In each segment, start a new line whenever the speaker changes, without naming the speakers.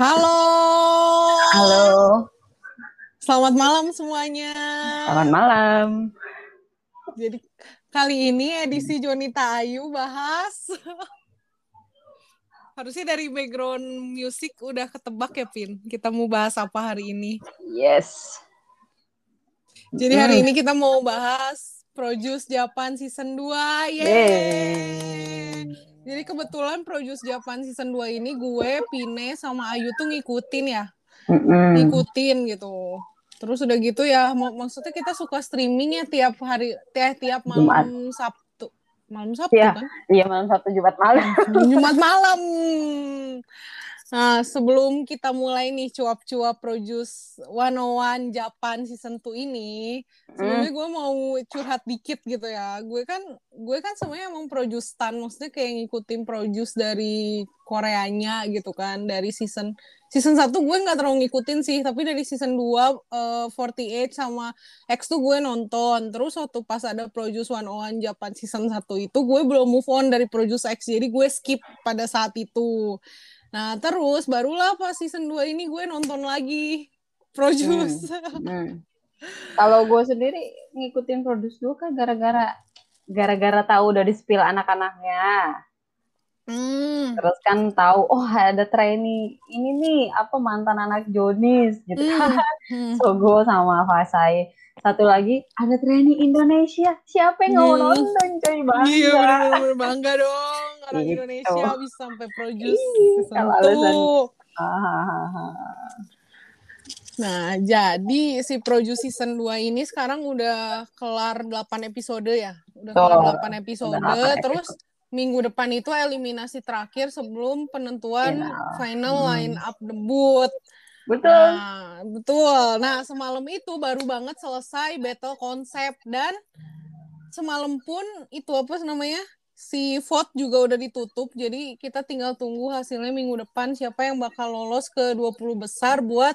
Halo.
Halo,
Selamat malam semuanya.
selamat malam.
Jadi kali ini edisi Jonita Ayu bahas Harusnya dari background music udah ketebak ya Pin. Kita mau bahas apa hari ini?
Yes.
Jadi hari ini kita mau bahas Produce Japan Season 2. Yeay.
Yeay.
Jadi kebetulan Produce Japan Season 2 ini gue, Pine, sama Ayu tuh ngikutin ya.
Mm-mm.
ngikutin gitu. Terus udah gitu ya, mak- maksudnya kita suka streamingnya tiap hari, tiap tiap malam
Jumat.
Sabtu, malam Sabtu
Iya.
kan,
Iya malam Sabtu Jumat malam.
Jumat malam. Nah, sebelum kita mulai nih cuap-cuap Produce 101 Japan Season 2 ini, sebelumnya gue mau curhat dikit gitu ya. Gue kan gue kan sebenarnya emang produce stan, maksudnya kayak ngikutin produce dari Koreanya gitu kan, dari season season 1 gue nggak terlalu ngikutin sih tapi dari season 2 eh, 48 sama X tuh gue nonton terus waktu pas ada Produce 101 Japan season 1 itu gue belum move on dari Produce X jadi gue skip pada saat itu nah terus barulah pas season 2 ini gue nonton lagi Produce
Mm. Kalau gue sendiri ngikutin produs dulu kan gara-gara gara-gara tahu dari spill anak-anaknya.
Hmm.
Terus kan tahu oh ada trainee ini nih apa mantan anak Jonis gitu.
Hmm. Hmm.
Sogo sama Fasai. Satu lagi ada trainee Indonesia. Siapa yang nggak mau
Hmm.
nonton coy banget?
Iya bener-bener bangga dong orang
Gitu.
Indonesia bisa sampai produce
Ih,
season
kalau alasan-
2
Ah, Hahaha.
Nah, jadi si Produce Season 2 ini sekarang udah kelar 8 episode ya. Udah
Betul.
kelar 8 episode.
Udah 8 episode.
terus minggu depan itu eliminasi terakhir sebelum penentuan
Final.
final
Hmm.
line up debut.
Betul.
Nah, betul. Nah, semalam itu baru banget selesai battle konsep dan semalam pun itu apa namanya? Si vote juga udah ditutup. Jadi kita tinggal tunggu hasilnya minggu depan siapa yang bakal lolos ke 20 besar buat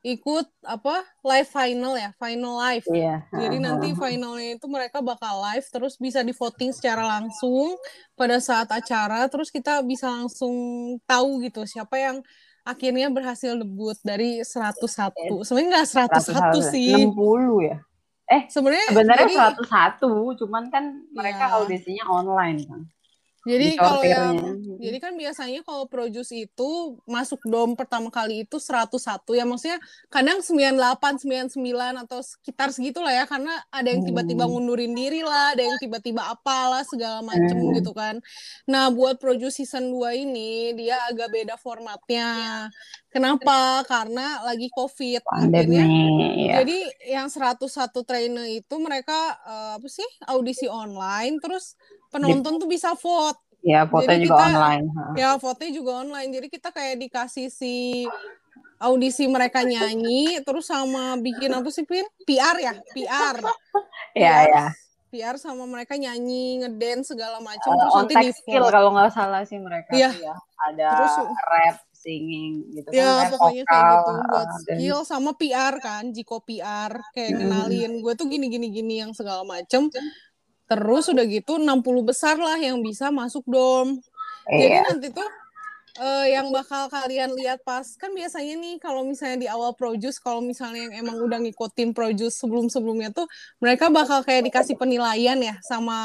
ikut apa? Live final ya, final live.
Iya.
Jadi nanti finalnya itu mereka bakal live terus bisa di voting secara langsung pada saat acara terus kita bisa langsung tahu gitu siapa yang akhirnya berhasil debut dari 101. Sebenarnya enggak 101 sih.
60 ya.
Sebenarnya
Sebenarnya
jadi-
101, cuman kan mereka
Iya.
audisinya online kan.
Jadi kalau yang
disortirnya.
jadi kan biasanya kalau produce itu masuk dom pertama kali itu 101 ya maksudnya kadang 98, 99 atau sekitar segitulah ya karena ada yang tiba-tiba
Hmm.
ngundurin diri lah, ada yang tiba-tiba apalah segala macem
Hmm.
gitu kan. Nah, buat produce season 2 ini dia agak beda formatnya. Kenapa? Karena lagi Covid.
pandemi
Akhirnya
ya.
jadi yang 101 trainer itu mereka eh, apa sih audisi online terus penonton tuh bisa vote.
Ya, foto
jadi
juga
kita-
online. ha.
Ya, vote-nya juga online. Jadi kita kayak dikasih si audisi mereka nyanyi terus sama bikin apa sih Pin? PR ya, PR.
Ya,
PR.
ya.
PR sama mereka nyanyi, ngedance segala macam
Uh,
terus
on
nanti di
tech skill
vote.
kalau nggak salah sih mereka
Iya.
tuh ya. Ada
Terus
rap, singing gitu
ya
kan. rap
pokoknya kayak
vokal,
gitu buat
ha, dan-
skill sama PR kan, Jiko PR kayak
Hmm.
kenalin gue tuh gini-gini gini yang segala macam. Terus udah gitu 60 besar lah yang bisa masuk dom. Jadi
Iya.
nanti tuh eh, yang bakal kalian lihat pas kan biasanya nih kalau misalnya di awal produce kalau misalnya yang emang udah ngikutin produce sebelum-sebelumnya tuh mereka bakal kayak dikasih penilaian ya sama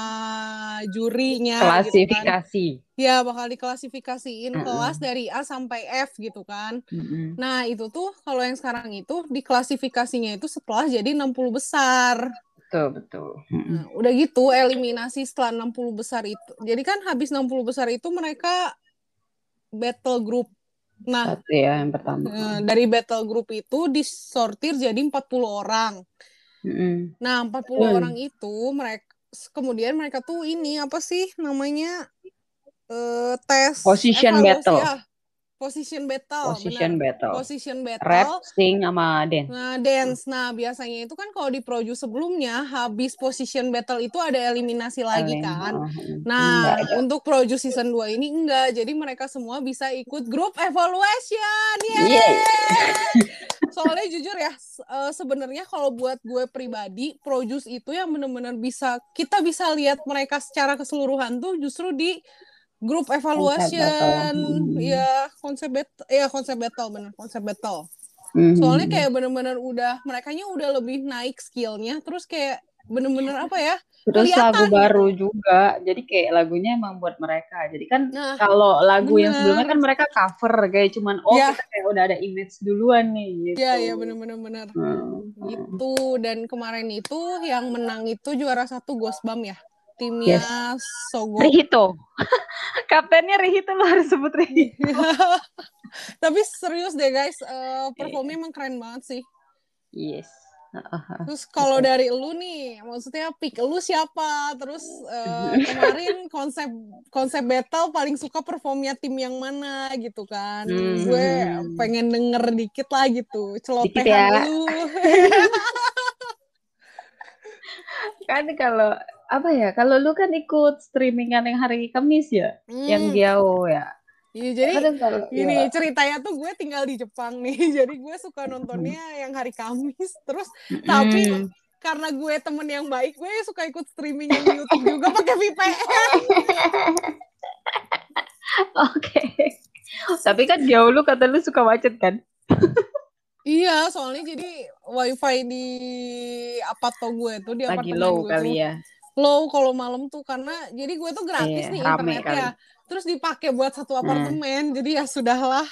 jurinya gitu kan.
Klasifikasi.
Ya bakal diklasifikasiin
Mm-mm.
kelas dari A sampai F gitu kan.
Mm-mm.
Nah, itu tuh kalau yang sekarang itu diklasifikasinya itu setelah jadi 60 besar.
Betul, betul. Mm-mm.
Nah, udah gitu eliminasi setelah 60 besar itu. Jadi kan habis 60 besar itu mereka battle group. Nah,
Satu ya yang pertama.
eh, dari battle group itu disortir jadi 40 orang.
Mm-mm.
Nah, 40
Hmm.
orang itu mereka kemudian mereka tuh ini apa sih namanya? eh tes
Position
evaluasi,
battle.
ya. Position battle.
Position
Oh, benar.
battle.
Position battle.
Rap, sing sama dance.
Nah, dance. Nah, biasanya itu kan kalau di Proju sebelumnya habis position battle itu ada eliminasi lagi
Paling,
kan.
oh,
Nah,
enggak ada.
untuk Proju season 2 ini enggak. Jadi mereka semua bisa ikut grup evaluation. Yeay!
Yeay.
Soalnya jujur ya, s- eh, sebenarnya kalau buat gue pribadi, Projus itu yang benar-benar bisa kita bisa lihat mereka secara keseluruhan tuh justru di Grup evaluation, ya konsep battle, ya konsep battle bener konsep battle.
Hmm.
Soalnya kayak bener-bener udah mereka udah lebih naik skillnya, terus kayak bener-bener apa ya?
Terus
kelihatan
lagu
gitu.
baru juga, jadi kayak lagunya emang buat mereka. Jadi kan
Nah,
kalau lagu yang sebelumnya
bener.
kan mereka cover, kayak cuman oh
Ya.
kita kayak udah ada image duluan nih. Gitu.
ya ya bener-bener bener.
Hmm, hmm.
gitu dan kemarin itu yang menang itu juara satu Ghostbam ya timnya Sogo
Rihito. Kaptennya Rihito lo harus sebut Rihito.
tapi serius deh guys eh,
Iya.
performnya emang keren banget sih
Yes. Ah,
terus kalau
iya.
dari lu nih maksudnya pick lu siapa terus eh,
Iya.
kemarin konsep konsep battle paling suka performnya tim yang mana gitu kan
Hmm.
gue pengen denger dikit lah gitu celotehan
ya.
lu
Kan kalau apa ya? Kalau lu kan ikut streamingan yang hari Kamis ya,
Hmm.
yang Giao ya.
Iya, jadi
Kadang kalau
Gini ceritanya tuh gue tinggal di Jepang nih, jadi gue suka
Hmm.
nontonnya yang hari Kamis. Terus
Mm-mm.
tapi
Hmm.
karena gue temen yang baik, gue suka ikut streaming di YouTube juga pakai VPN.
Oke. Tapi kan jauh lu kata lu suka macet kan?
Iya, soalnya jadi wifi di apa tuh gue tuh di
Lagi
apartemen
low
gue
kali
tuh
ya.
low kalau malam tuh karena jadi gue tuh gratis
Iya,
nih
rame
internet
kali.
ya.
Hmm.
Terus dipakai buat satu apartemen, jadi ya sudahlah.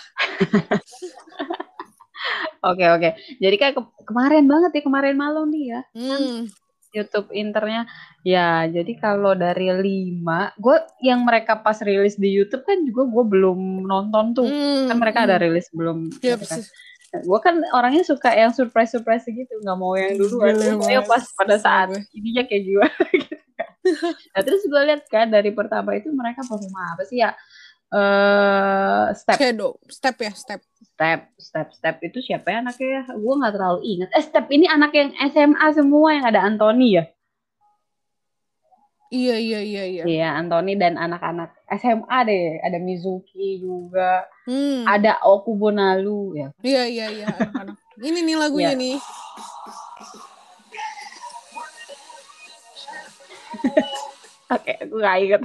Oke oke. Jadi kayak ke- kemarin banget ya kemarin malam nih ya.
Hmm.
YouTube internya ya jadi kalau dari lima gue yang mereka pas rilis di YouTube kan juga gue belum nonton tuh kan mereka ada rilis belum
Yep.
gue kan orangnya suka yang surprise surprise gitu nggak mau yang duluan
Gila,
Pokoknya
Mas.
pas pada saat
Gue.
ininya kayak gimana gitu kan. nah terus gue lihat kan dari pertama itu mereka perform apa sih ya eh step
Shadow, step ya, step.
step step step itu siapa ya anaknya ya gue nggak terlalu ingat eh step ini anak yang SMA semua yang ada Anthony ya
Iya, iya, iya, iya.
Iya, Anthony dan anak-anak SMA deh. Ada Mizuki juga,
Hmm.
ada Okubonalu ya.
Iya iya iya anak-anak. Ini nih lagunya
Iya.
nih.
Oke, aku gak inget.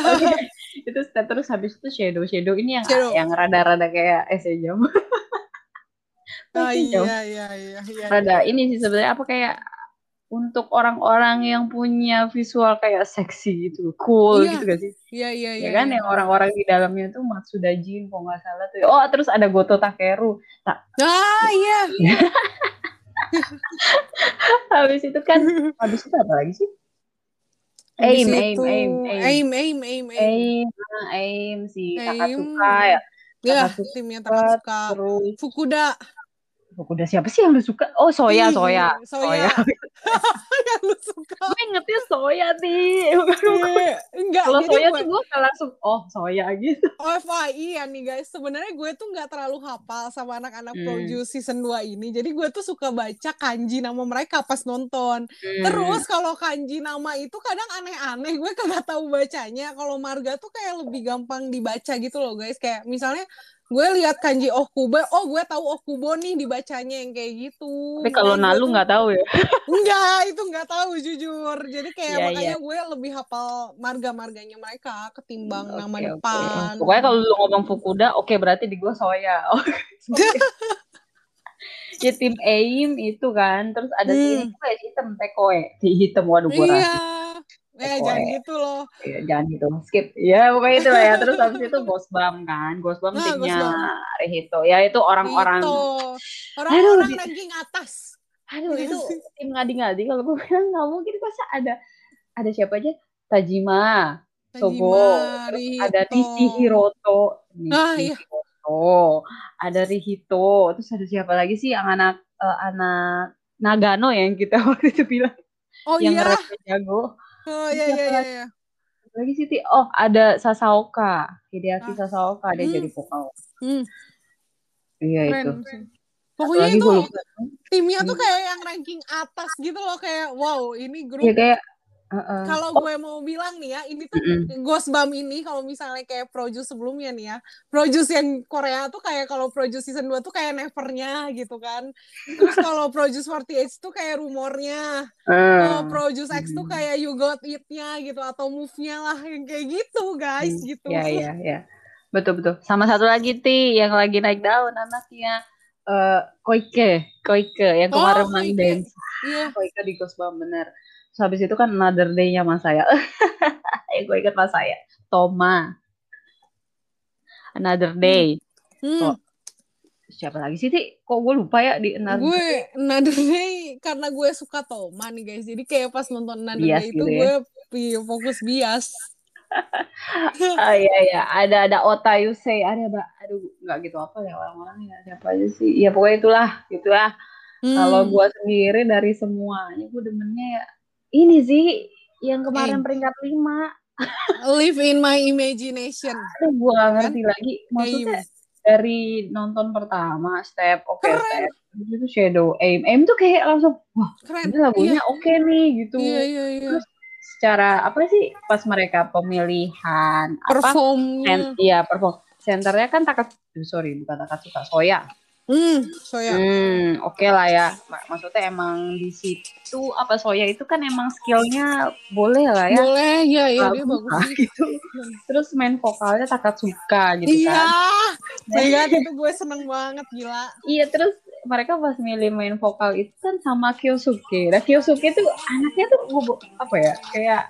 Oke, itu step terus habis itu shadow shadow ini yang
Shadow.
yang rada-rada kayak eh, es jam.
Ah,
Putih jam.
iya iya iya iya.
Rada ini sih sebenarnya apa kayak untuk orang-orang yang punya visual kayak seksi gitu, cool
Iya,
gitu gak sih?
Iya iya iya.
ya kan yang orang-orang di dalamnya tuh Matsuda Jin kalau nggak salah tuh. Oh, terus ada Goto Takeru.
Ah iya.
Habis itu kan habis itu apa lagi sih? Aim,
Habis
aim,
itu,
aim, aim.
aim aim aim aim.
Aim, ah, Aim si
Aim.
Takatsuka ya.
Ya,
Takatsuka.
timnya Takatsuka.
Terus
Fukuda.
udah siapa sih yang lu suka? Oh soya,
Ih,
soya.
Iya,
Oh
Soya.
iya.
Yang lu suka.
Gue ingetnya soya nih.
Iya. Enggak,
Kalau
jadi
soya
gue
tuh gue kayak langsung oh soya gitu.
OFI ya nih guys. Sebenarnya gue tuh nggak terlalu hafal sama anak-anak
Hmm.
produce season 2 ini. Jadi gue tuh suka baca kanji nama mereka pas nonton.
Hmm.
Terus kalau kanji nama itu kadang aneh-aneh, gue kagak tahu bacanya. Kalau marga tuh kayak lebih gampang dibaca gitu loh guys. Kayak misalnya gue lihat kanji Okuba, oh gue tahu Okubo nih dibacanya yang kayak gitu.
Tapi kalau
Makanya
Nalu
gue
nggak tahu ya.
tuh- Enggak, itu nggak tahu jujur. Jadi kayak
Iya,
makanya gue lebih hafal marga-marganya mereka ketimbang nama
Hmm, Oke, oke.
depan.
Pokoknya kalau lu ngomong Fukuda, oke berarti di gue soya. Oke. ya tim Aim itu kan, terus ada si
Hmm.
ini juga ya, si hitam Tekoe, si hitam waduh gue
Iya. Eh,
Pokoknya.
jangan gitu loh.
ya, jangan gitu skip ya pokoknya itu lah ya terus habis itu Ghostbam kan Ghostbam
Nah,
timnya
Ghostbam.
Rehito ya itu orang-orang
Gitu.
Aduh, gitu.
Orang-orang
di-
ranking atas.
aduh itu tim ngadi-ngadi kalau gue bilang nggak mungkin masa ada ada siapa aja Tajima Sogo,
Tajima,
terus ada
Rihito.
Nishi Hiroto Nishi
Ah, iya.
Hiroto ada Rihito terus ada siapa lagi sih yang anak eh, anak Nagano ya, yang kita waktu itu bilang
Oh
yang
iya.
rapnya jago
Oh iya iya iya. iya.
lagi Siti oh ada Sasaoka Hideaki
Ah.
Sasaoka dia
Hmm.
jadi vokal
Hmm,
iya
keren.
itu
sih.
Satu
Pokoknya
lagi
itu
gue lupa Hmm.
timnya tuh kayak yang ranking atas gitu loh kayak wow ini grup
ya kayak Uh-uh.
Kalau gue mau bilang nih ya, ini tuh
Mm-mm.
Ghost Bump ini kalau misalnya kayak Produce sebelumnya nih ya, Produce yang Korea tuh kayak kalau Produce season 2 tuh kayak nevernya gitu kan. Terus kalau Produce 48 tuh kayak rumornya.
Ah.
Kalau Produce X
Hmm.
tuh kayak you got it-nya gitu atau move-nya lah yang kayak gitu guys
Hmm,
gitu.
Ya ya ya. Betul betul. Sama satu lagi ti yang lagi naik daun anaknya eh Koike, Koike yang
Oh,
kemarin
Koike.
main dance.
Iya.
Koike di Ghostbam bener. Terus habis itu kan another day-nya Mas saya. yang gue ingat Mas saya. Toma. Another day.
Hmm,
Oh, Siapa lagi sih ti? Kok gue lupa ya di another
gue Another Day karena gue suka Toma nih guys. Jadi kayak pas nonton Another
Bias
Day itu
gitu ya.
gue iya, fokus bias.
Ah iya iya ada ada Otayuse ada Mbak. aduh nggak gitu apa ya orang-orangnya siapa aja sih ya pokoknya itulah gitu lah
Hmm.
kalau gua sendiri dari semuanya gua demennya ya ini sih yang kemarin
Eh.
peringkat lima
Live in my imagination.
aduh gua
Kan?
nggak ngerti lagi
Iya,
maksudnya
Aim.
dari nonton pertama step oke step Habis itu shadow aim aim tuh kayak langsung wah
Keren.
ini lagunya oke nih gitu
Iya, iya, iya.
Terus secara apa sih pas mereka pemilihan apa
Performnya.
Sen- iya perform senternya kan takat aduh, sorry bukan takat suka soya
Hmm, soya.
hmm oke lah ya Ma- maksudnya emang di situ apa soya itu kan emang skillnya boleh lah ya
Boleh, iya, iya, dia
Bagus
bagus.
lah,
sih.
gitu. terus main vokalnya takat suka gitu
Iya.
kan
My God, itu gue seneng banget, gila.
iya terus mereka pas milih main vokal itu kan sama Kyosuke nah Kyosuke tuh anaknya tuh gobo- apa ya kayak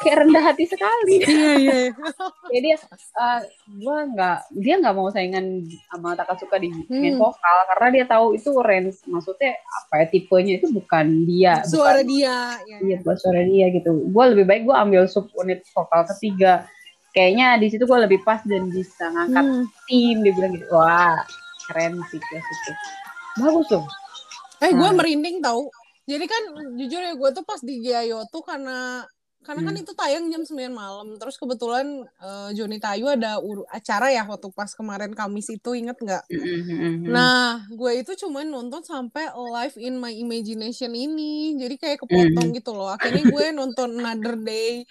kayak rendah hati sekali
Iya, iya. iya.
jadi eh gua nggak dia nggak mau saingan sama Takasuka di main
Hmm.
vokal karena dia tahu itu range maksudnya apa ya tipenya itu bukan dia
Suara
bukan,
dia. Iya.
iya bukan suara dia gitu gue lebih baik gue ambil sub unit vokal ketiga kayaknya di situ gue lebih pas dan bisa ngangkat
Hmm.
tim dia bilang gitu wah keren sih Kyosuke bagus tuh
Eh, gue
Nah.
merinding tau. Jadi kan jujur ya gue tuh pas di Giayo tuh karena karena kan
Hmm.
itu tayang jam 9 malam. Terus kebetulan eh, Joni Tayu ada ur- acara ya waktu pas kemarin Kamis itu inget nggak?
Hmm.
Nah, gue itu cuman nonton sampai Live in My Imagination ini. Jadi kayak kepotong gitu loh. Akhirnya gue nonton Another Day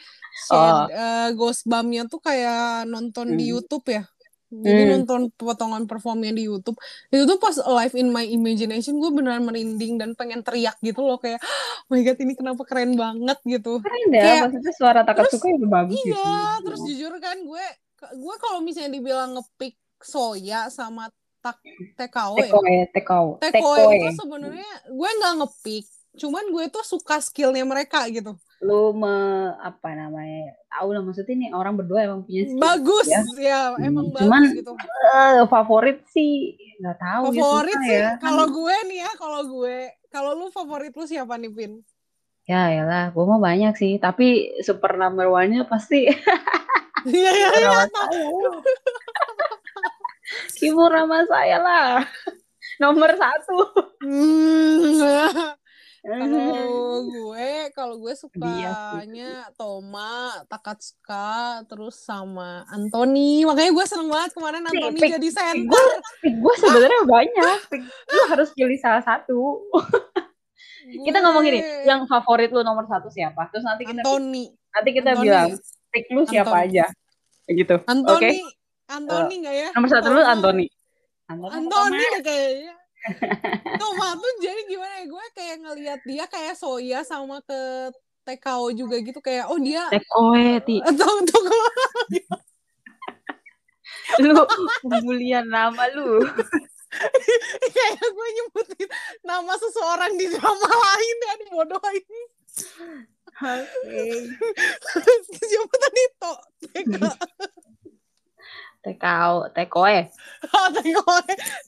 Shad- eh, Ghost Bump-nya tuh kayak nonton di
Mm.
YouTube ya. Jadi
Mm.
nonton potongan performnya di YouTube. Itu tuh pas Live in My Imagination gue beneran merinding dan pengen teriak gitu loh kayak "Oh my god ini kenapa keren banget gitu.
keren deh
Kayak-
maksudnya suara Takasuka itu bagus Oh, gitu
Iya, terus jujur kan gue gue kalau misalnya dibilang ngepick Soya sama tak TKO ya.
Tekoe, Tekoe,
Tekoe itu
Tekoe.
sebenarnya gue nggak ngepick, cuman gue tuh suka skillnya mereka gitu.
lu me apa namanya tahu lah maksudnya nih orang berdua emang punya skill.
Bagus
Ya.
ya, emang
Hmm, cuman
bagus gitu.
Eh, favorit sih nggak tahu ya,
Favorit
susah
sih,
ya.
kalau gue nih ya, kalau gue, kalau lu favorit lu siapa nih Pin?
ya lah gua mah banyak sih tapi super number one nya pasti
Iya iya iya.
Kimura saya Kimura sama saya lah nomor satu
Hmm. Kalau gue, kalau gue sukanya Toma, Takatsuka, terus sama Anthony. Makanya gue seneng banget kemarin
Nih,
Anthony
pick-
jadi center.
gue gue sebenarnya banyak Pick- lu harus pilih salah satu kita ngomongin nih
Gue-
yang favorit lu nomor satu siapa terus nanti kita
Anthony.
nanti kita
Anthony.
bilang pick lu siapa
Anthony.
aja Kayak gitu oke
Anthony, Anthony nggak ya?
nomor satu lu Anthony
Anthony deh kayaknya. Toma tuh jadi gimana ya gue kayak ngelihat dia kayak Soya sama ke TKO juga gitu kayak oh dia
take away ti
atau untuk
lu pembulian nama lu
kayak gue nyebutin nama seseorang di drama lain ya dibodohin. Siapa tadi to TKO
TKO, TKOE.
TKO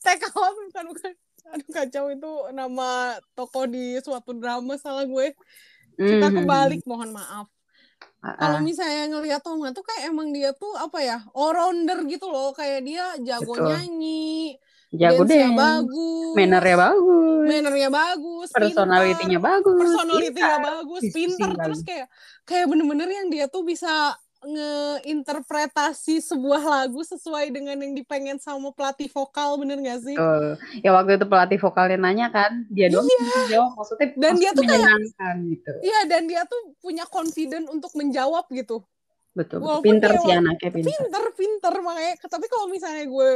TKO bukan bukan aduh kacau itu nama toko di suatu drama salah gue kita
Mhm.
kebalik mohon maaf
Ah, ah.
kalau misalnya ngelihat Toma tuh kayak emang dia tuh apa ya all rounder gitu loh kayak dia jago
Betul.
nyanyi
Jago deh.
dance-nya bagus
Mannernya bagus.
mannernya bagus
Personalitinya
pintar.
bagus. iya.
personalitinya
Pintar.
bagus
Bising
pinter
kali.
terus kayak kayak bener-bener yang dia tuh bisa ngeinterpretasi sebuah lagu sesuai dengan yang dipengen sama pelatih vokal bener gak sih?
Betul. Ya waktu itu pelatih vokalnya nanya kan, dia doang yang jawab maksudnya
Iya. Dan dia tuh kayak-
menyenangkan gitu.
Iya dan dia tuh punya confident untuk menjawab gitu.
Betul, betul.
Walaupun
pinter
dia
sih
wa-
anaknya pinter.
Pinter pinter makanya. Tapi kalau misalnya gue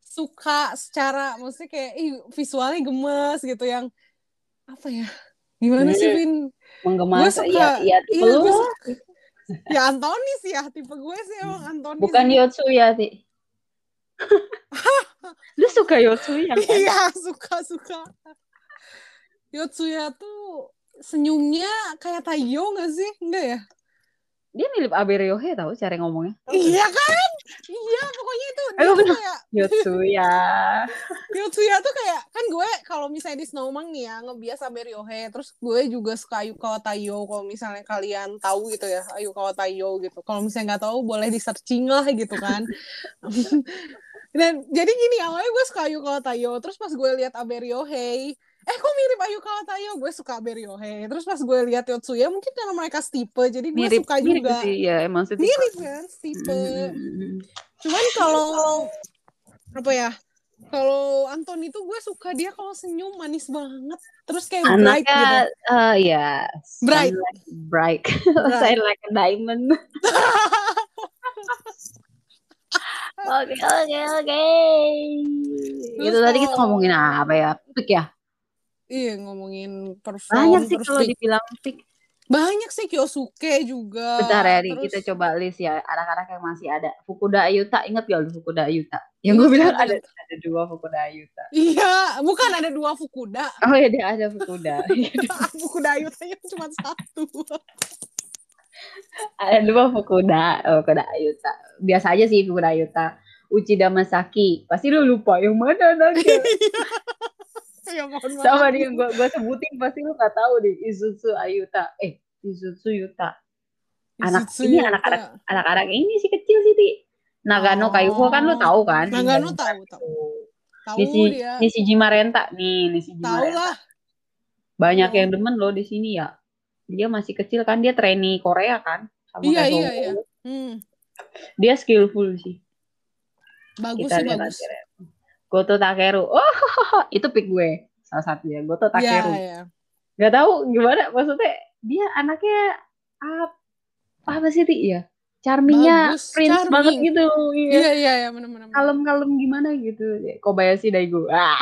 suka secara maksudnya kayak ih, visualnya gemes gitu yang apa ya? Gimana sih
Hmm.
Vin? Gue
Menggemas
suka.
ya ya tipe
Iya,
lu
gue
lah.
suka. Ya Antonis ya tipe gue sih emang Antonis.
bukan Yotsuya sih. lu suka Yotsuya kan?
Iya, suka-suka. Yotsuya tuh senyumnya kayak Taiyo gak sih? Enggak ya?
Dia mirip Abe Ryohei tahu cara ngomongnya.
Iya kan? Iya, pokoknya itu dia
Aku
tuh
Eh, bener.
kayak
Yotsuya.
Yotsuya tuh kayak kan gue kalau misalnya di Snowman nih ya ngebiasa Beriohe terus gue juga suka Ayukawa Taiyo kalau misalnya kalian tahu gitu ya Ayukawa Taiyo gitu kalau misalnya nggak tahu boleh di searching lah gitu kan dan jadi gini awalnya gue suka Ayukawa Taiyo terus pas gue lihat Aberiohe eh kok mirip Ayukawa Taiyo gue suka Aberiohe terus pas gue lihat Yotsuya mungkin karena mereka setipe jadi gue
mirip
suka
mirip
juga
sih Hmm. ya emang sih.
mirip kan setipe cuman kalau apa ya kalau Anton itu gue suka dia kalau senyum manis banget terus kayak bright
Anaknya
gitu
eh, ya shine
Bright.
like- bright.
Bright.
Shine like a diamond. Oke oke oke. Itu tadi kita
kalau-
ngomongin apa ya? Pick ya.
iya ngomongin perform
Banyak sih
Nah, terus
kalau
pick-
dibilang pick.
banyak sih Kyosuke juga
Bentar ya, Ri,
Nah, Terus-
kita coba list ya anak-anak yang masih ada. Fukuda Ayuta, inget gak lu Fukuda Ayuta? Yang gue bilang ada ada dua Fukuda Ayuta.
iya bukan ada dua Fukuda
Oh iya, dia ada Fukuda.
Fukuda Ayutanya cuma satu
ada dua Eh, Fukuda, oh, Fukuda Ayuta. Biasa aja sih Fukuda Ayuta. Uchida Masaki, pasti lu lupa yang mana anaknya.
ya mohon maaf
Sama nih, gua, gua sebutin pasti lu gak tahu nih. Izutsu Ayuta, eh Izutsu Yuta. anak-
Izutsu
ini
Yuta.
anak-anak. Anak-anak ini sih kecil sih, Ti.
Oh.
Nagano Kaiho kan lu tahu kan?
Nagano tahu tahu tahu
Nisi,
dia
Nishijima Renta nih, Nishijima
tahu
Renta.
lah
banyak
Iya.
yang demen loh di sini ya. Dia masih kecil kan dia trainee Korea kan. Sama
Iya,
kayak
iya,
Gogo.
iya. Hmm,
Dia skillful sih.
bagus
Kita
sih
lihat
bagus
akhirnya. Goto Takeru. Oh, itu pick gue. Salah satu ya, Goto
Iya,
Takeru.
iya.
Gak tahu gimana maksudnya dia anaknya ap- apa sih Ti ya? Charmingnya
Bagus,
prince
charming.
banget gitu. Iya.
Iya iya iya benar-benar.
Kalem-kalem gimana gitu. Kobayashi Daigo. Ah,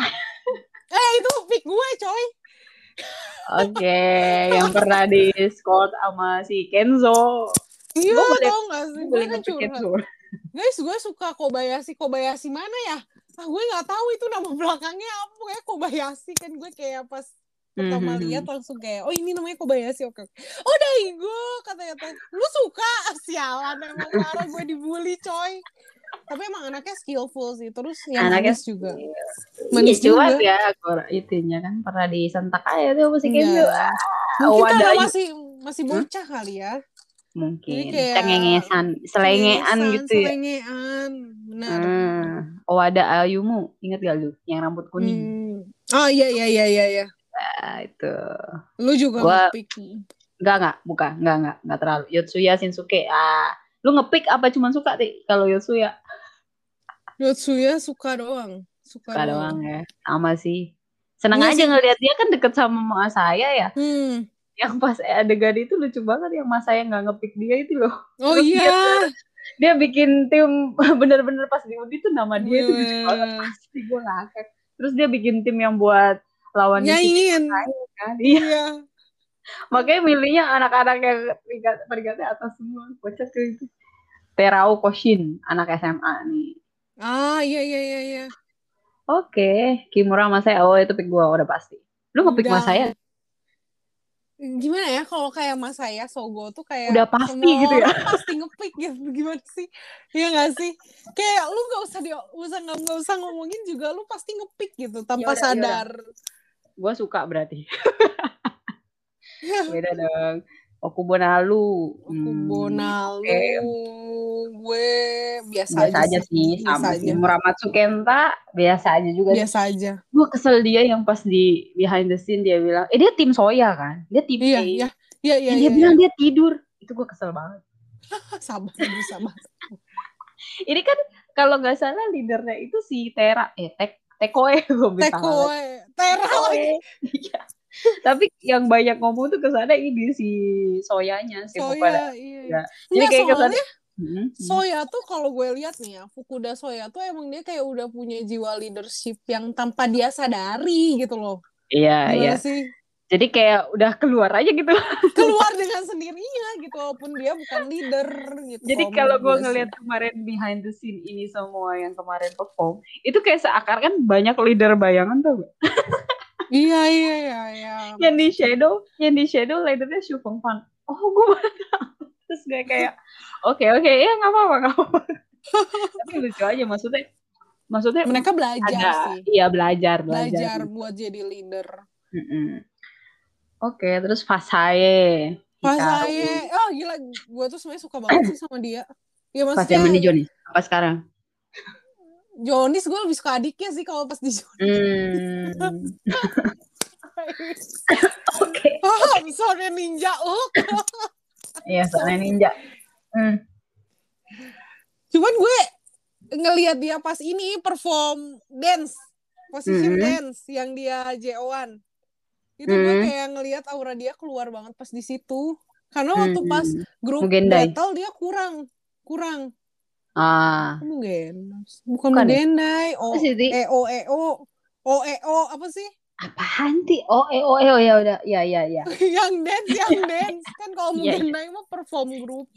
eh itu pick gue coy.
oke, yang pernah di scold sama si Kenzo.
Iya
Gua boleh-
tau gak sih? Gue
Boleh
kan
nge-pick
curhat.
Kenzo.
Guys gue suka Kobayashi. Kobayashi mana ya? Ah gue gak tahu itu nama belakangnya apa. Kayak Kobayashi kan gue kayak pas pertama
Mhm.
lihat langsung kayak oh ini namanya Kobayashi oke oke. oh Daigo katanya teh lu suka sialan emang parah gue dibully coy tapi emang anaknya skillful sih terus yang
Anaknya
manis juga
Manis
Manis
cuan
juga.
ya aku itunya kan pernah disentak aja tuh masih
Iya.
kenzo.
mungkin karena
wadai.
masih masih bocah kali ya
Mungkin
Jadi kayak
cengengesan, selengean
Lengesan,
gitu ya.
selengean benar
Hmm. Oh ada Ayumu, inget gak lu yang rambut kuning?
Hmm. Oh iya iya iya iya iya.
Ah, itu.
Lu juga
Gua-
ngepick.
Enggak enggak, bukan, enggak enggak, enggak terlalu. Yotsuya Shinsuke. Ah, lu ngepick apa cuman suka sih kalau Yotsuya?
Yotsuya suka doang. Suka,
Suka
doang.
doang ya. Sama sih. Seneng
Iya
aja ngelihat dia kan deket sama Mas saya ya.
Hmm.
Yang pas adegan itu lucu banget yang Mas saya nggak ngepick dia itu loh.
Oh
Terus dia
iya.
dia bikin tim bener-bener pas diundi tuh nama dia itu lucu
Bener.
banget pasti gue ngakak terus dia bikin tim yang buat lawan
Ya, Nyanyiin.
kan iya
Iya.
makanya milihnya anak-anak yang peringkat peringkatnya atas semua bocah tuh itu Terao Koshin anak SMA nih
Ah iya iya iya iya.
oke Kimura sama saya oh itu pick gue udah pasti lu ngepick
Udah.
mas saya
Gimana ya kalau kayak Mas saya Sogo tuh kayak
Udah pasti
semua
gitu ya.
orang pasti ngepick gitu gimana sih? Iya gak sih? Kayak lu nggak usah di usah nggak nggak usah ngomongin juga lu pasti ngepick gitu tanpa
Yaudah,
sadar.
gue suka berarti beda dong Okubonalu Hmm,
Kubonal
oke.
gue biasa,
biasa aja
aja
sih
Biasa
sama
aja. Iya.
Kimura Matsukenta biasa aja juga
biasa aja
gue kesel dia yang pas di behind the scene dia bilang eh dia tim soya kan dia tim
iya
A
iya iya iya
Yang dia
iya,
bilang dia tidur itu gue kesel banget
sabar dulu, sabar.
Ini kan kalau nggak salah leadernya itu si Tera, eh Tek Tekoe gue bilang.
Tekoe, Tera lagi.
Iya. Tapi yang banyak ngomong tuh kesana ini si soyanya sih
Soya, iya. iya.
Ya. Jadi
Nggak,
kayak
soalnya
kesana. Hmm, hmm.
Soya tuh kalau gue lihat nih ya, Fukuda Soya tuh emang dia kayak udah punya jiwa leadership yang tanpa dia sadari gitu loh.
Iya, iya.
Gimana sih?
Jadi kayak udah keluar aja gitu.
Keluar dengan sendirinya gitu walaupun dia bukan leader gitu.
Jadi
menurut
kalau gue
sih.
ngelihat kemarin behind the scene ini semua yang kemarin perform, itu kayak seakar kan banyak leader bayangan tuh. nggak?
Iya, iya, iya, iya.
Yang di shadow, yang di shadow leadernya Xu Fengfan. Oh gue baru tahu. Terus gue kayak, oke oke ya nggak apa-apa nggak apa-apa. Tapi lucu aja maksudnya, maksudnya
Mereka belajar
ada,
sih.
iya belajar
Belajar
belajar.
buat jadi leader.
Mm-mm. Oke, terus Fasae.
Pas
Hikaru.
saya, oh gila, gue tuh sebenarnya suka banget sih sama dia. Ya
Pas zaman di
maksudnya
Johnny, apa sekarang?
Jonis gue lebih suka adiknya sih kalau pas di Jonis.
Hmm. Oke.
oh, sorry ninja. Oh,
Iya, soalnya ninja. Hmm.
cuman gue ngelihat dia pas ini perform dance position
Mhm.
dance yang dia JO1 itu gue
Mhm.
kayak ngelihat aura dia keluar banget pas di situ karena waktu
Hmm.
pas grup
Mugendai.
battle dia kurang kurang
Ah.
Kok Mugen bukan
Bukan ya?
Mugendai
Apa
o E,
sih, Ti?
EO EO OEO E, apa sih
Apaan, Ti? Oh, eh, oh, eh, oh, ya udah. Ya, ya, ya.
yang dance yang dance kan kalau
Iya, iya.
Mugendai mah perform grup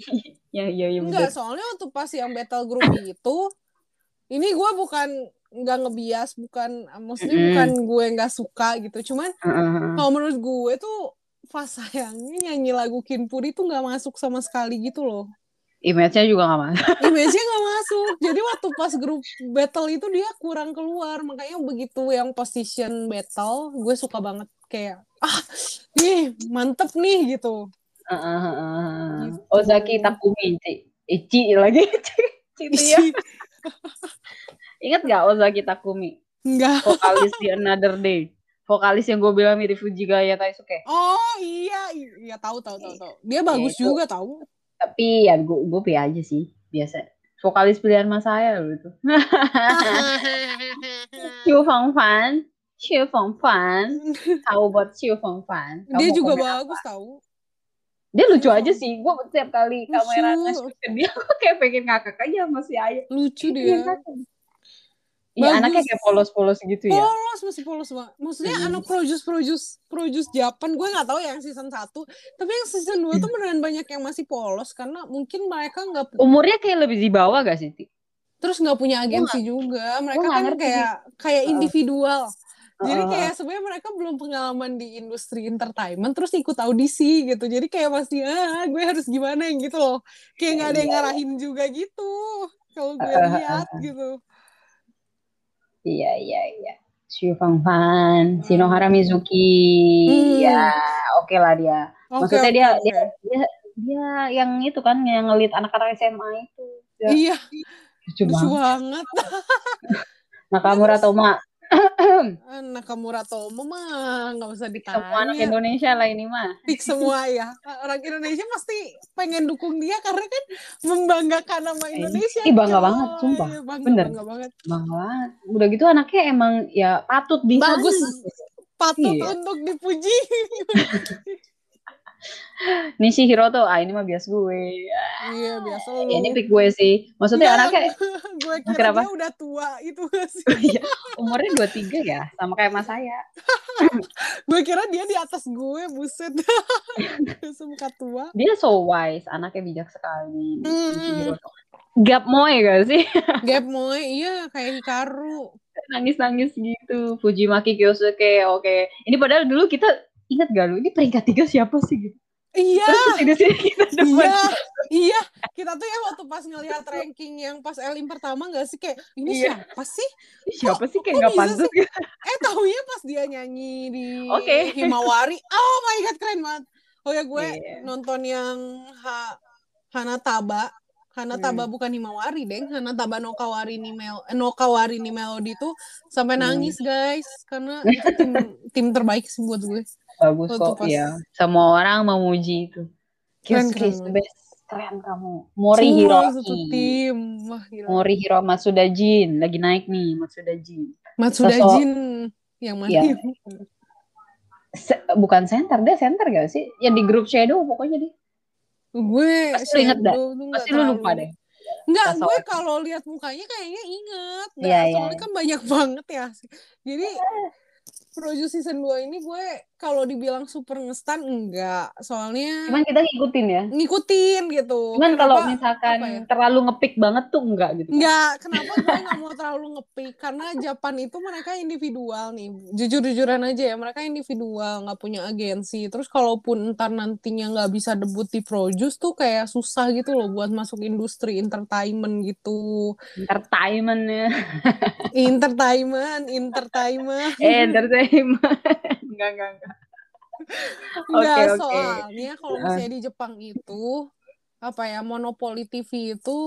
Ya, ya, ya.
Enggak, soalnya waktu pas yang battle group itu, ini gue bukan nggak ngebias, bukan maksudnya
Mm-mm. Hmm.
bukan gue nggak suka gitu. Cuman
Heeh.
kalau menurut gue tuh pas sayangnya nyanyi lagu Kinpuri tuh nggak masuk sama sekali gitu loh.
Image-nya juga gak masuk.
Image-nya nggak masuk. Jadi waktu pas grup battle itu dia kurang keluar. Makanya begitu yang position battle, gue suka banget kayak ah nih mantep nih gitu.
Heeh, heeh, heeh.
Gitu.
Ozaki Takumi, Ci. Ici lagi. Ci, Ci, Ci, ya. Ingat gak Ozaki Takumi?
Enggak.
Vokalis di Another Day. Vokalis yang gue bilang mirip Fujigaya Taisuke.
Oh iya, iya tahu tahu tahu tahu. Dia bagus
Iya, itu.
juga tahu.
Tapi ya gue gue pilih aja sih. Biasa. Vokalis pilihan mas saya loh itu. Xiu Fengfan. Xiu Fengfan. How about Xiu Fengfan?
dia
Kamu
juga
komen
bagus tahu.
dia lucu
Iya.
aja sih gue setiap kali
Lucu.
kamera nge-shoot ke dia gue kayak pengen ngakak aja sama si Ayu
Lucu
Iya,
dia.
ngakak. Iya
Bagus.
anaknya kayak polos-polos gitu ya
Polos masih polos banget. Maksudnya
Hmm.
anak produce produce produce Japan gue nggak tahu ya yang season 1, tapi yang season 2
Iya.
tuh beneran banyak yang masih polos karena mungkin mereka nggak
umurnya kayak lebih di bawah gak sih Ti?
terus nggak punya agensi juga. Mereka
nggak
kan
ngerti
kayak kayak
Heeh.
individual. Jadi
Heeh.
kayak sebenarnya mereka belum pengalaman di industri entertainment terus ikut audisi gitu. Jadi kayak masih ah gue harus gimana yang gitu loh. Kayak nggak ada yang
Iya.
ngarahin juga gitu. Kalau gue
Heeh,
lihat gitu.
iya iya iya Xiu Fangfan Shinohara Mizuki
Hmm.
ya oke lah dia
Oke,
maksudnya
oke,
dia,
oke.
dia dia dia yang itu kan yang ngelit anak-anak SMA itu dia-
Iya,
lucu
lucu
banget
banget.
Nakamura Toma
Ah, Nakamura Tomo mah nggak usah
semua anak
ditanya.
Indonesia lah ini mah
Pick semua ya. Orang Indonesia pasti pengen dukung dia karena kan membanggakan nama Indonesia.
Iya. Ih, bangga
coy.
banget, sumpah.
Bangga,
Bener.
bangga banget.
banget udah gitu anaknya emang ya patut di sana.
Bagus. Iya. patut
Iya.
untuk dipuji.
Nishi Hiroto ah ini mah bias gue
Iya biasa lu.
ya, ini pick gue sih maksudnya
Enggak,
anaknya
gue kira
Kenapa?
dia udah tua itu gak sih.
Iya, umurnya 23 ya sama kayak mas saya
Gue kira dia di atas gue, buset. Semuka tua.
dia so wise anaknya bijak sekali Nishi
Hmm.
Hiroto gap moe gak sih
Gap moe, iya kayak Hikaru.
nangis-nangis gitu Fujimaki Kyosuke oke ini padahal dulu kita ingat gak lu ini peringkat tiga siapa sih gitu
Iya,
terus kesini sini kita depan
iya, iya. Kita tuh ya waktu pas ngelihat ranking yang pas Elim pertama gak sih kayak ini
Iya.
siapa sih?
siapa sih
kok
kayak gak
bisa
pantas gitu
Eh tahunya pas dia nyanyi di
Oke.
Himawari. Oh my god keren banget. Oh ya gue
Iya.
nonton yang ha Hanataba. Hanataba
Hmm.
bukan Himawari, Deng. Hanataba no Kawari ni Mel eh, no Kawari ni Melody tuh sampai
Hmm.
nangis, guys. Karena itu tim tim terbaik sih buat gue.
bagus
Waktu
kok
pas-
ya semua orang memuji itu
Keren,
Kyosuke
keren
is the
banget.
best keren kamu. Mori
Semua
Hiroki.
satu tim. Wah, gila.
Mori Hiro Matsuda Jin lagi naik nih Matsuda Jin.
Matsuda
Sosok-
Jin yang mati.
Iya. Se- bukan center dia center gak sih? Ya di grup Shadow pokoknya deh.
Gue
Pasti lu inget dah.
Shadow tuh nggak
Pasti lu
terlalu-
lupa deh.
Enggak,
Pas
gue
awal.
kalau lihat mukanya kayaknya inget. Nah,
Iya, iya,
soalnya
iya.
kan banyak banget ya. Jadi Proju season 2 ini gue kalau dibilang super ngestan enggak. Soalnya
Cuman kita ngikutin ya.
ngikutin gitu.
Cuman kalau
Kenapa-
misalkan
apa ya?
terlalu ngepick banget tuh enggak gitu.
Enggak, kenapa gue nggak mau terlalu ngepick karena Japan itu mereka individual nih. Jujur-jujuran aja ya, mereka individual, nggak punya agensi. Terus kalaupun ntar nantinya nggak bisa debut di Produce tuh kayak susah gitu loh buat masuk industri entertainment gitu.
Entertainment ya.
Entertainment, entertainment.
Eh, entertainment. enggak, enggak, enggak.
Enggak,
oke. Ah.
soalnya kalau misalnya di Jepang itu apa ya monopoli TV itu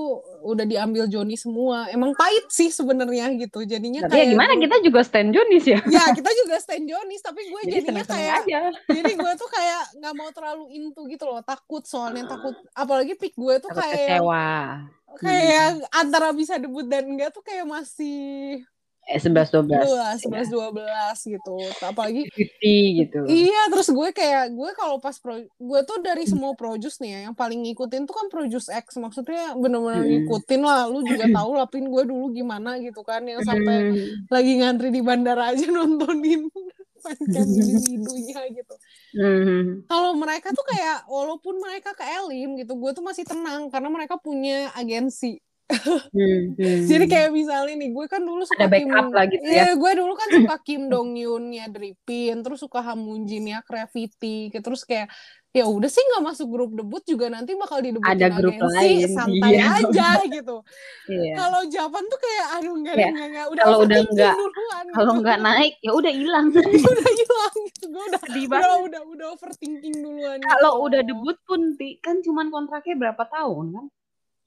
udah diambil Joni semua. Emang pahit sih sebenarnya gitu. Jadinya
Tapi ya
kayak
gimana kita juga stand Jonis ya.
ya kita juga stand Jonis tapi gue Iya,
Jadi
jadinya
seneng-seneng
kayak
aja.
jadi gue tuh kayak nggak mau terlalu into gitu loh takut soalnya takut apalagi pick gue tuh
Takut
kayak
kecewa. Hmm.
kayak antara bisa debut dan enggak tuh kayak masih
Eh, 11 12
11 11 12 gitu apalagi
beauty gitu.
Iya, terus gue kayak gue kalau pas pro, gue tuh dari semua projus nih ya, yang paling ngikutin tuh kan projus X, maksudnya bener-bener
Mm.
ngikutin lah, lu juga tahu lah pin gue dulu gimana gitu kan, yang sampai
Hmm.
lagi ngantri di bandara aja nontonin panjang individunya gitu.
Hmm.
Kalau mereka tuh kayak walaupun mereka ke Elim gitu, gue tuh masih tenang karena mereka punya agensi.
Hmm. Hmm.
Jadi kayak misalnya nih, gue kan dulu suka
Ada backup lah gitu
Iya,
ya.
gue dulu kan suka Kim Dong Yoon-nya Dripin, terus suka Hamunjin-nya Gravity, gitu. terus kayak ya udah sih nggak masuk grup debut juga nanti bakal didebutin
Ada grup
agensi,
lain,
santai
iya.
aja gitu.
Iya.
Kalau Japan tuh kayak aduh enggak
Iya.
enggak enggak udah
Kalau
masuk
udah
Kim
nggak-
duluan,
Kalau
gitu.
nggak naik ya udah hilang.
udah hilang gitu. Gue udah
Sedih banget.
udah udah udah overthinking duluan. gitu.
Kalau udah debut pun Ti, kan cuman kontraknya berapa tahun kan?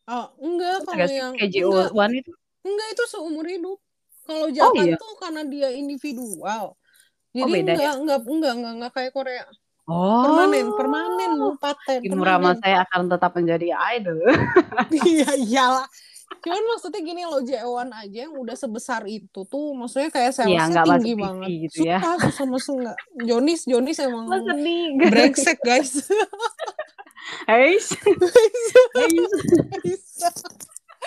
Oh, enggak kalau
Nggak sih?
yang
kayak
enggak.
JO1 itu.
Enggak itu seumur hidup. Kalau Japan
iya? Oh,
tuh karena dia individual. Jadi
beda
enggak, enggak, enggak, enggak, enggak kayak Korea.
Oh.
Permanen, permanen, lu paten,
Kimurama
permanen.
saya akan tetap menjadi idol.
Iya, iyalah. Cuman maksudnya gini loh, JO1 aja yang udah sebesar itu tuh, maksudnya kayak salesnya
Iya, nggak
tinggi
masuk TV
banget.
gitu ya.
Susah, susah masuk nggak. Jonis, Jonis emang
Mas sedih.
brengsek guys.
Eish. Eish.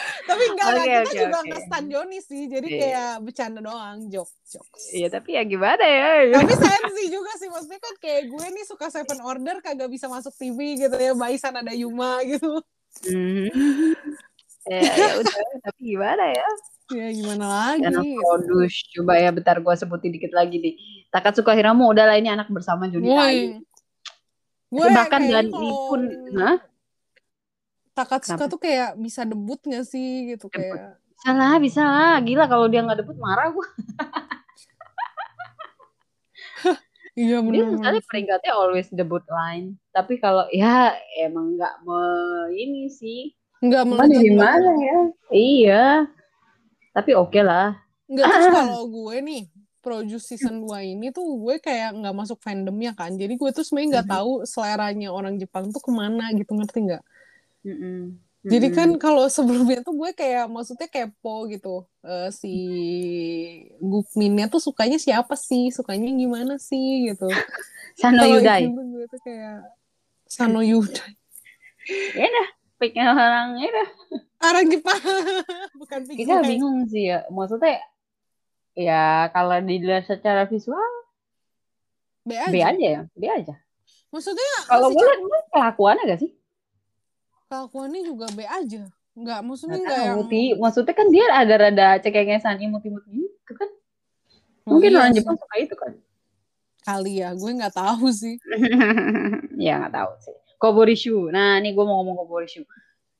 Tapi enggak lah,
Oke,
kita
oke,
juga
oke.
ngestan Jonis sih, jadi
Iya.
kayak bercanda doang, jokes, jokes.
Iya tapi ya gimana ya.
tapi sensi juga sih maksudnya kan kayak gue nih suka seven order kagak bisa masuk TV gitu ya Baisan ada Yuma gitu
Hmm. Eh, ya udah tapi gimana ya.
ya gimana lagi
Anak produs coba ya bentar gua sebutin dikit lagi nih. Takatsuka Hiramu udahlah ini anak bersama
Woi.
Juni
gitu.
Ai.
gue
bahkan
kayaknya
dan
kalau
ini pun hah?
Takatsuka
Kenapa?
tuh kayak bisa debut gak sih gitu
Debut.
kayak
Bisa lah, bisa lah. Gila kalau dia nggak debut marah gua.
iya
Dia
benar
misalnya peringkatnya always debut line. Tapi kalau ya emang nggak me- ini sih.
nggak
Cuman
melejit
gimana
banget.
ya? Iya. Tapi oke lah.
nggak terus
Ah.
kalau gue nih Produce season 2 ini tuh gue kayak nggak masuk fandomnya kan jadi gue tuh sebenarnya nggak
Mhm.
tahu seleranya orang Jepang tuh kemana gitu ngerti nggak
Mm-mm.
Jadi
Mm-mm.
kan kalau sebelumnya tuh gue kayak maksudnya kepo gitu. Eh, si Gukminnya tuh sukanya siapa sih? Sukanya gimana sih gitu.
Sano
Kalau
Yudai.
itu gue tuh kayak Sano Yudai.
Ya dah, pikir orang ya dah.
Orang Jepang. Bukan
Kita
pikiran.
bingung sih ya. Maksudnya ya kalau dilihat secara visual
B
B
aja.
aja ya, B aja.
Maksudnya ah,
Kalau
si
gue liat dia kelakuannya gak sih?
kelakuannya juga B aja. Enggak, maksudnya
Nggak
enggak
tahu,
yang
Ti. Maksudnya kan dia ada rada cekengesan imut-imut gitu kan.
Oh,
Mungkin
iya
orang
sih.
Jepang suka itu kan.
kali ya. Gue nggak tahu sih.
ya nggak tahu sih. Koborishu. Nah, ini gue mau ngomong Koborishu.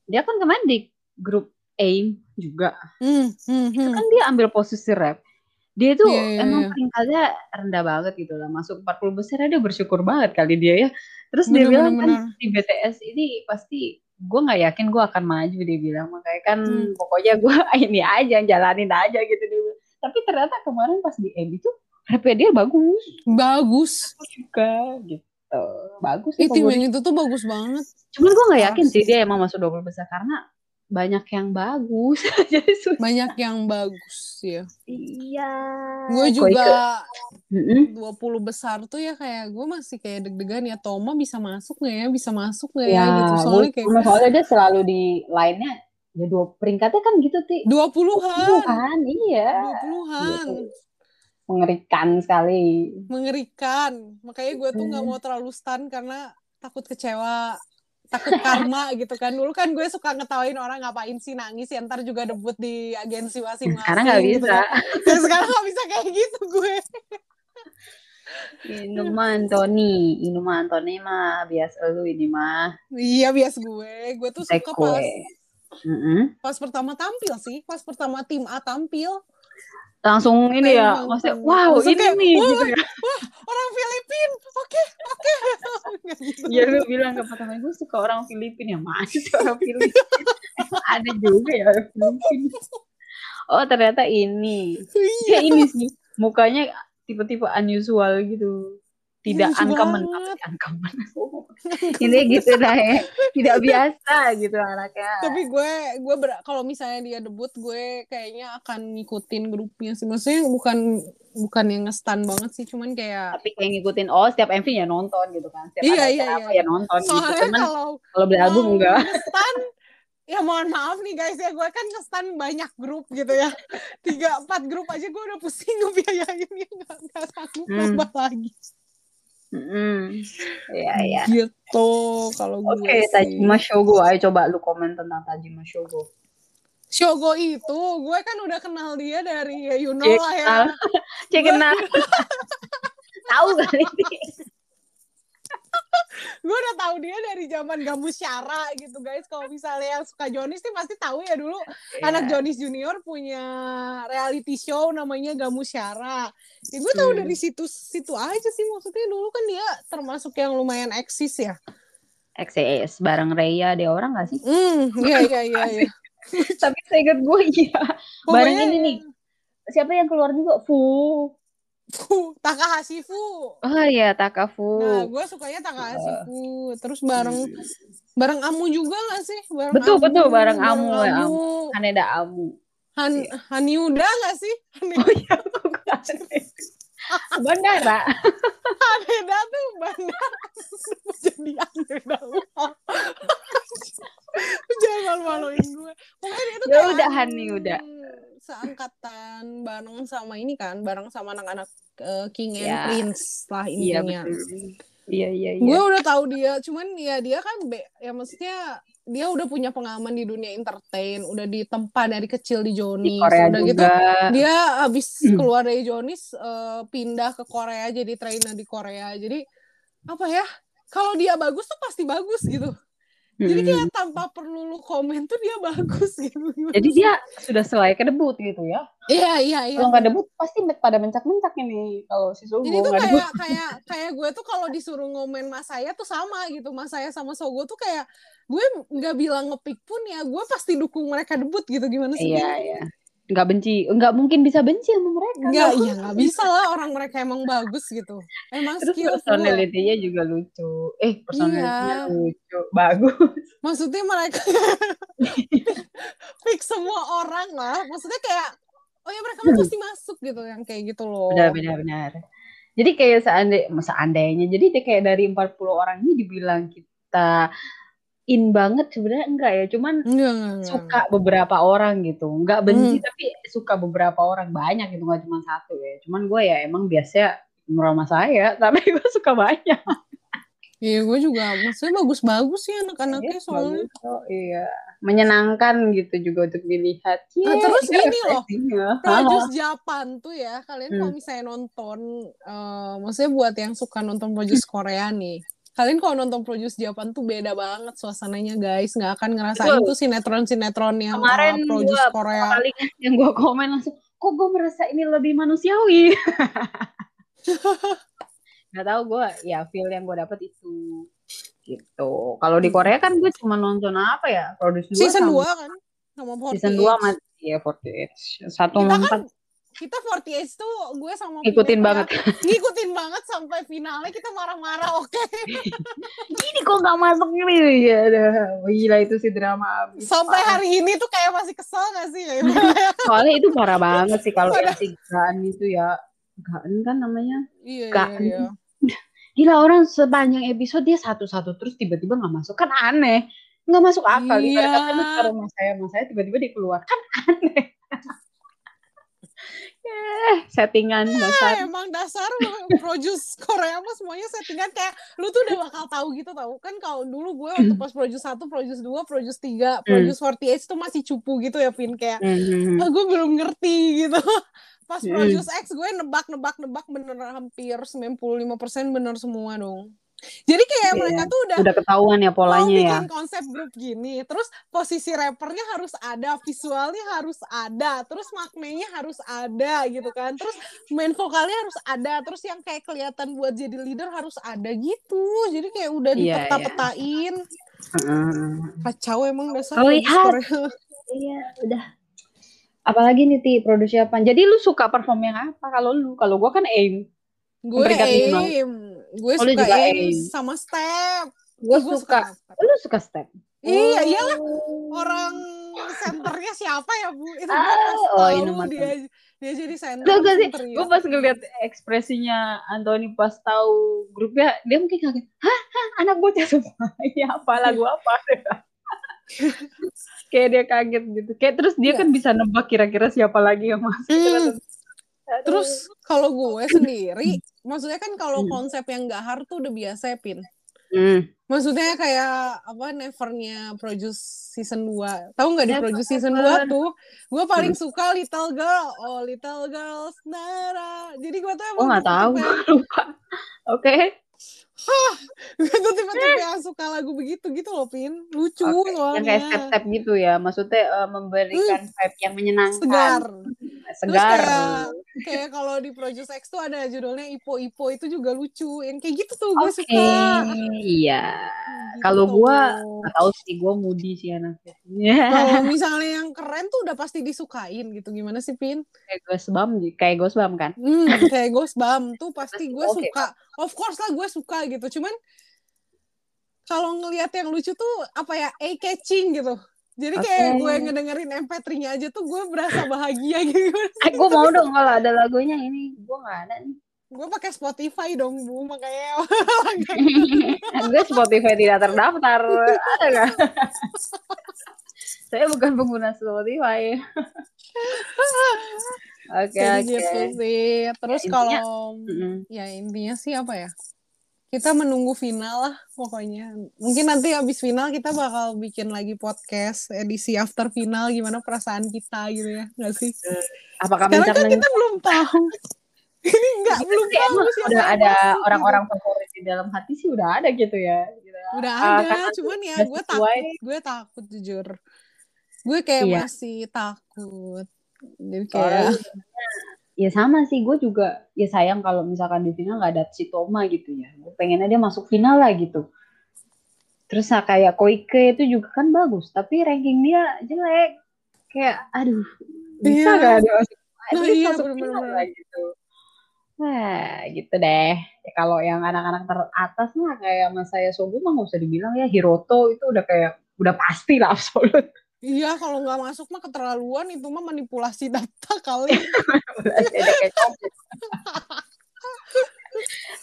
Dia kan kemarin di grup AIM juga.
Hmm, hmm, hmm.
Kan dia ambil posisi rap. Dia tuh
Iya, iya, iya.
emang peringkatnya rendah banget gitu lah. Masuk 40 besar dia bersyukur banget kali dia ya. Terus
Bener,
dia bilang
bener,
kan di BTS ini pasti gue nggak yakin gue akan maju dia bilang makanya kan
Hmm.
pokoknya gue ini aja jalanin aja gitu dia bilang. Tapi ternyata kemarin pas di AIM itu rapnya dia bagus
Bagus.
juga gitu. eh, bagus sih
Ih, tim
favorit.
yang itu tuh bagus banget.
Cuman gue nggak yakin Iya, sih dia emang masuk 20 besar karena banyak yang bagus. Jadi susah.
Banyak yang bagus ya.
Iya.
Gue
Kok itu-
juga
Mm-mm.
20 besar tuh ya kayak gue masih kayak deg-degan ya Toma bisa masuk nggak ya? Bisa masuk nggak ya?
Ya,
gitu.
gua-
Soalnya kayak
sama soalnya dia selalu di lainnya ya dua peringkatnya kan gitu ti
20-an.
Tuhan, iya
20-an.
Gitu. mengerikan sekali
Mengerikan. Makanya gue tuh
Iya.
nggak mau terlalu stun karena takut kecewa takut karma gitu kan dulu kan gue suka ngetawain orang ngapain sih nangis ya ntar juga debut di agensi masing-masing
Nah, sekarang nggak
gitu
bisa
kan. Ya, sekarang nggak bisa kayak gitu gue
Inuman Tony Inuman Tony mah bias elu ini mah
Iya bias gue, gue tuh
Cek
suka
gue.
pas
Mm-mm.
pas pertama tampil sih, pas pertama tim A tampil
langsung ini ya
Pengen
maksudnya
nonton.
wow
Langsung
ini
kayak,
nih
"Wah,
gitu ya
orang Filipin, oke oke. Nggak gitu.
ya lu bilang ke teman gue suka orang Filipina ya masih sih orang Filipina Emang ada juga ya orang Filipina oh ternyata ini
Iya,
Dia ini sih mukanya tipe-tipe unusual gitu. Tidak
Unusual
uncommon apa sih uncommon? ini gitu dah ya. Tidak biasa gitu anaknya.
tapi gue gue ber- kalau misalnya dia debut gue kayaknya akan ngikutin grupnya sih. Maksudnya bukan bukan yang ngestan banget sih, cuman kayak
Tapi kayak ngikutin oh setiap MV ya nonton gitu kan. Setiap
Iya,
ada
iya,
acara
iya.
apa ya nonton gitu.
soalnya
Cuman
kalau Oh.
kalau beli album
mau
enggak.
ngestan, ya mohon maaf nih guys ya gue kan ngestan banyak grup gitu ya tiga empat grup aja gue udah pusing ngebiayain ya nggak nggak sanggup
Hmm.
nambah lagi
Mm-mm. Iya, iya.
gitu kalau gue
Oke,
sih.
Tajima Shogo. Ayo coba lu komen tentang Tajima Shogo.
Shogo itu gue kan udah kenal dia dari ya you know
Cek
lah ya
Iya, kenal. Cek kenal. Tahu kali dia.
gue udah tahu dia dari zaman Gamus Syara gitu guys kalau misalnya yang suka Jonis sih pasti tahu ya dulu
Iya.
anak Jonis Junior punya reality show namanya Gamu Syara. Ya, gue tahu
Hmm.
dari situ-situ aja sih maksudnya dulu kan dia termasuk yang lumayan eksis ya.
XCS bareng Raya dia orang gak sih?
Hmm, iya iya iya. iya.
tapi seingat gue iya bareng
Pokoknya-
ini nih siapa yang keluar juga Fu
Fu, Takahashi Fu.
oh iya Takafu
Nah, gue sukanya Takahashi Fu. Terus bareng
Hmm.
bareng Amu juga gak sih? Bareng
Iya. Betul,
Amu,
betul, bareng Amu, ya,
Amu.
Haneda Amu
Han, Haniuda gak sih?
oh iya aku bandara
Haneda tuh bandar jadi Haneda jangan maluin gue pokoknya dia tuh
Ya
kayak
udah, Hani, udah.
seangkatan bareng sama ini kan bareng sama anak-anak eh, King and
Ya.
Prince lah
iya
intinya
betul iya iya iya
gue udah tahu dia cuman ya dia kan be ya maksudnya dia udah punya pengalaman di dunia entertain udah ditempa dari kecil di
di
Joni
Korea
udah gitu
juga
dia abis
Hmm.
keluar dari Jonis eh, pindah ke Korea jadi trainer di Korea jadi apa ya kalau dia bagus tuh pasti bagus gitu
Hmm.
jadi kayak tanpa perlu lu komen tuh dia bagus gitu
Mm. jadi dia Oh, sudah selayaknya debut gitu ya
iya iya iya
kalau nggak debut pasti pada mencak-mencak ini kalau si Sogo
jadi tuh
nggak debut
kayak kayak kayak gue tuh kalau disuruh ngomen mas saya tuh sama gitu mas saya sama Sogo tuh kayak gue nggak bilang ngepick pun ya gue pasti dukung mereka debut gitu gimana sih
iya iya nggak benci nggak mungkin bisa benci sama mereka
Nggak, iya nggak bisa lah orang mereka emang bagus gitu emang
Terus
skill
personality-nya juga lucu. Eh,
Iya.
personality-nya lucu. Bagus.
Maksudnya mereka pick semua orang lah. Maksudnya kayak oh ya mereka mah pasti masuk gitu yang kayak gitu loh.
Hmm. Benar, benar, benar. Jadi kayak seandainya, seandainya. Jadi dia kayak dari 40 orang ini dibilang kita in banget sebenarnya enggak ya. Cuman
Enggak, enggak, enggak.
suka beberapa orang gitu. Enggak benci
Hmm.
tapi suka beberapa orang banyak gitu, enggak cuma satu ya. Cuman gue ya emang biasanya merama saya, tapi gue suka banyak.
Iya, gue juga. Maksudnya bagus-bagus sih anak-anaknya
Iya,
soalnya.
bagus kok, iya. Menyenangkan gitu juga untuk dilihat.
Nah,
Yeay,
terus ini
kita
loh, Nah,
refleksinya.
Projus Japan tuh ya, kalian kalau
Hmm.
misalnya nonton, eh, maksudnya buat yang suka nonton Projus Korea nih, kalian kalau nonton Projus Japan tuh beda banget suasananya guys, nggak akan ngerasain
Betul.
tuh sinetron-sinetron yang
Kemarin
eh, Projus
gua
Korea.
paling yang gue komen langsung kok gue merasa ini lebih manusiawi nggak tahu gue ya feel yang gue dapet itu gitu kalau di Korea kan gue cuma nonton apa ya produksi
Season 2 kan? Sama
season
48.
dua sama ya 48
Kita
satu sama
kan
empat
kita 48 tuh gue sama
Ngikutin
Pipit
banget.
ya, ngikutin banget sampai finalnya kita marah-marah oke
Ini kok nggak masuk nih. Ya, dah. gila itu sih drama abis.
sampai hari ini tuh kayak masih kesel gak sih ya
Soalnya itu parah banget sih kalau
Parah.
si Gaan itu ya. Gaan kan namanya.
iya
Gak. Gila orang sepanjang episode dia satu-satu terus tiba-tiba nggak masuk. Kan aneh. Nggak masuk akal.
Iya.
Ibarat kata taruh mas saya, mas saya tiba-tiba dikeluarkan. Kan aneh. Eh, settingan
Ah,
dasar.
emang dasar emang produce Korea mah semuanya settingan kayak lu tuh udah bakal tahu gitu tau kan kalau dulu gue
Hmm.
waktu pas produce 1, produce 2, produce 3, produce 48 tuh masih cupu gitu ya Vin kayak
Mhm.
"Ah, gue belum ngerti gitu pas
Mm.
produce X gue nebak nebak nebak bener hampir 95% bener semua dong jadi kayak
Iya.
mereka tuh udah
Udah ketahuan ya
mau
polanya ya.
bikin konsep grup gini terus posisi rappernya harus ada visualnya harus ada terus maknanya harus ada gitu kan terus main vokalnya harus ada terus yang kayak kelihatan buat jadi leader harus ada gitu jadi kayak udah
Iya,
dipeta-petain
Heeh.
kacau emang dasar
Terlihat.
produs Korea.
Iya, udah. Apalagi nih ti produksi apa? Jadi lu suka perform yang apa? Kalau lu, kalau gua kan aim.
gue
Peringkat lima.
aim gue
Oh, lu
suka
juga
aim,
aim.
sama step Ih,
Gua
gue
suka.
step.
Lu suka step?
iya iya
Oh.
orang senternya siapa ya bu itu
Ah,
gue pas
oh,
tahu
ini mantap.
dia dia jadi center
Gak, gak sih.
center ya.
Gue pas ngeliat ekspresinya Anthony pas tahu grupnya, dia mungkin kaget. Hah, hah, anak bocah semua. Ya apa lagu apa? kayak dia kaget gitu. Kayak terus dia
Iya.
kan bisa nebak kira-kira siapa lagi yang masuk.
Hmm.
Aduh.
Terus kalau gue sendiri, maksudnya kan kalau
Hmm.
konsep yang gak hard tuh udah biasa ya, Pin.
Hmm.
Maksudnya kayak apa Nevernya Produce Season 2. Tahu nggak di
Never,
Produce Season 2
never.
tuh? Gue paling
Hmm.
suka Little Girl. Oh, Little Girls Nara. Jadi gue tuh emang
Oh nggak tahu,
tipe-tipe-
gue lupa. Oke.
Gue tuh tipe-tipe yang suka lagu begitu gitu loh, Pin. Lucu
Oke,
soalnya. Hmm.
Yang kayak step-step gitu ya, maksudnya eh, memberikan vibe yang menyenangkan,
Segar.
segar.
Terus Kayak kalau di Produce X tuh ada judulnya Ipo Ipo itu juga lucu. Yang kayak gitu tuh gue
Oke,
suka.
iya.
Gitu
Kalau gua-
loh.
Gak tahu sih, gue moody sih anaknya. Iya,
kalau misalnya yang keren tuh udah pasti disukain gitu gimana sih pin
kayak gue sebam, kayak gue sebam kan.
hmm, kayak Ghostbam tuh pasti gue
Oke.
suka of course lah gue suka gitu cuman kalau ngelihat yang lucu tuh apa ya eye catching gitu jadi kayak
Oke.
gue ngedengerin MP3-nya aja tuh gue berasa bahagia gitu.
Eh, gue mau dong kalau ada lagunya ini, gue nggak ada nih.
Gue pakai Spotify dong, Bu. Makanya
gue Spotify tidak terdaftar, ada nggak? Saya bukan pengguna Spotify. Oke,
Jadi
oke.
gitu sih. Terus
Ya, intinya-
kalau
Mm-mm.
ya intinya sih apa ya kita menunggu final lah pokoknya mungkin nanti habis final kita bakal bikin lagi podcast edisi after final gimana perasaan kita gitu ya nggak sih
Apakah
karena kan
mencermin
kita belum tahu ini nggak belum
Tapi
tahu
emang
siapa
udah
yang
ada
masuk,
orang-orang favorit di dalam hati sih udah ada gitu ya. Gitu.
gitu. udah
Ah,
ada
karena
cuman ya
udah
gue
sesuai.
takut gue takut jujur gue kayak
Iya.
masih takut jadi kayak
Soalnya ya sama sih gue juga ya sayang kalau misalkan di final nggak ada si Toma gitu ya. Gue pengennya dia masuk final lah gitu. Terus nah, kayak Koike itu juga kan bagus, tapi ranking dia jelek. Kayak aduh bisa
Iya.
nggak dia masuk? at
Nah,
least
iya,
masuk
bener-bener.
final lah gitu. Nah, gitu deh. Ya, kalau yang anak-anak teratas mah kayak Mas saya Sogo mah nggak usah dibilang ya Hiroto itu udah kayak udah pasti lah absolut.
iya kalau nggak masuk mah keterlaluan itu mah manipulasi data kali
Udah ada kayak copet.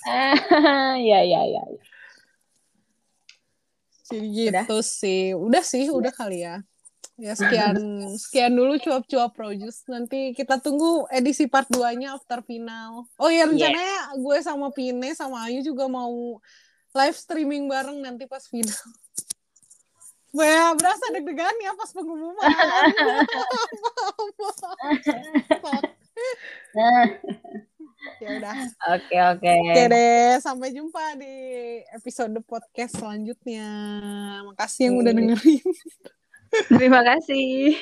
Ah, ya ya ya.
Jadi gitu sih. Udah sih, udah kali ya. Ya sekian sekian dulu cuap-cuap produce. Nanti kita tunggu edisi part 2-nya after final. Oh iya rencananya gue sama Pine sama Ayu juga mau live streaming bareng nanti pas final. Wah, berasa deg-degan ya pas pengumuman.
Nah,
ya udah.
Oke oke.
Oke deh, sampai jumpa di episode podcast selanjutnya. Makasih yang udah dengerin.
Terima kasih.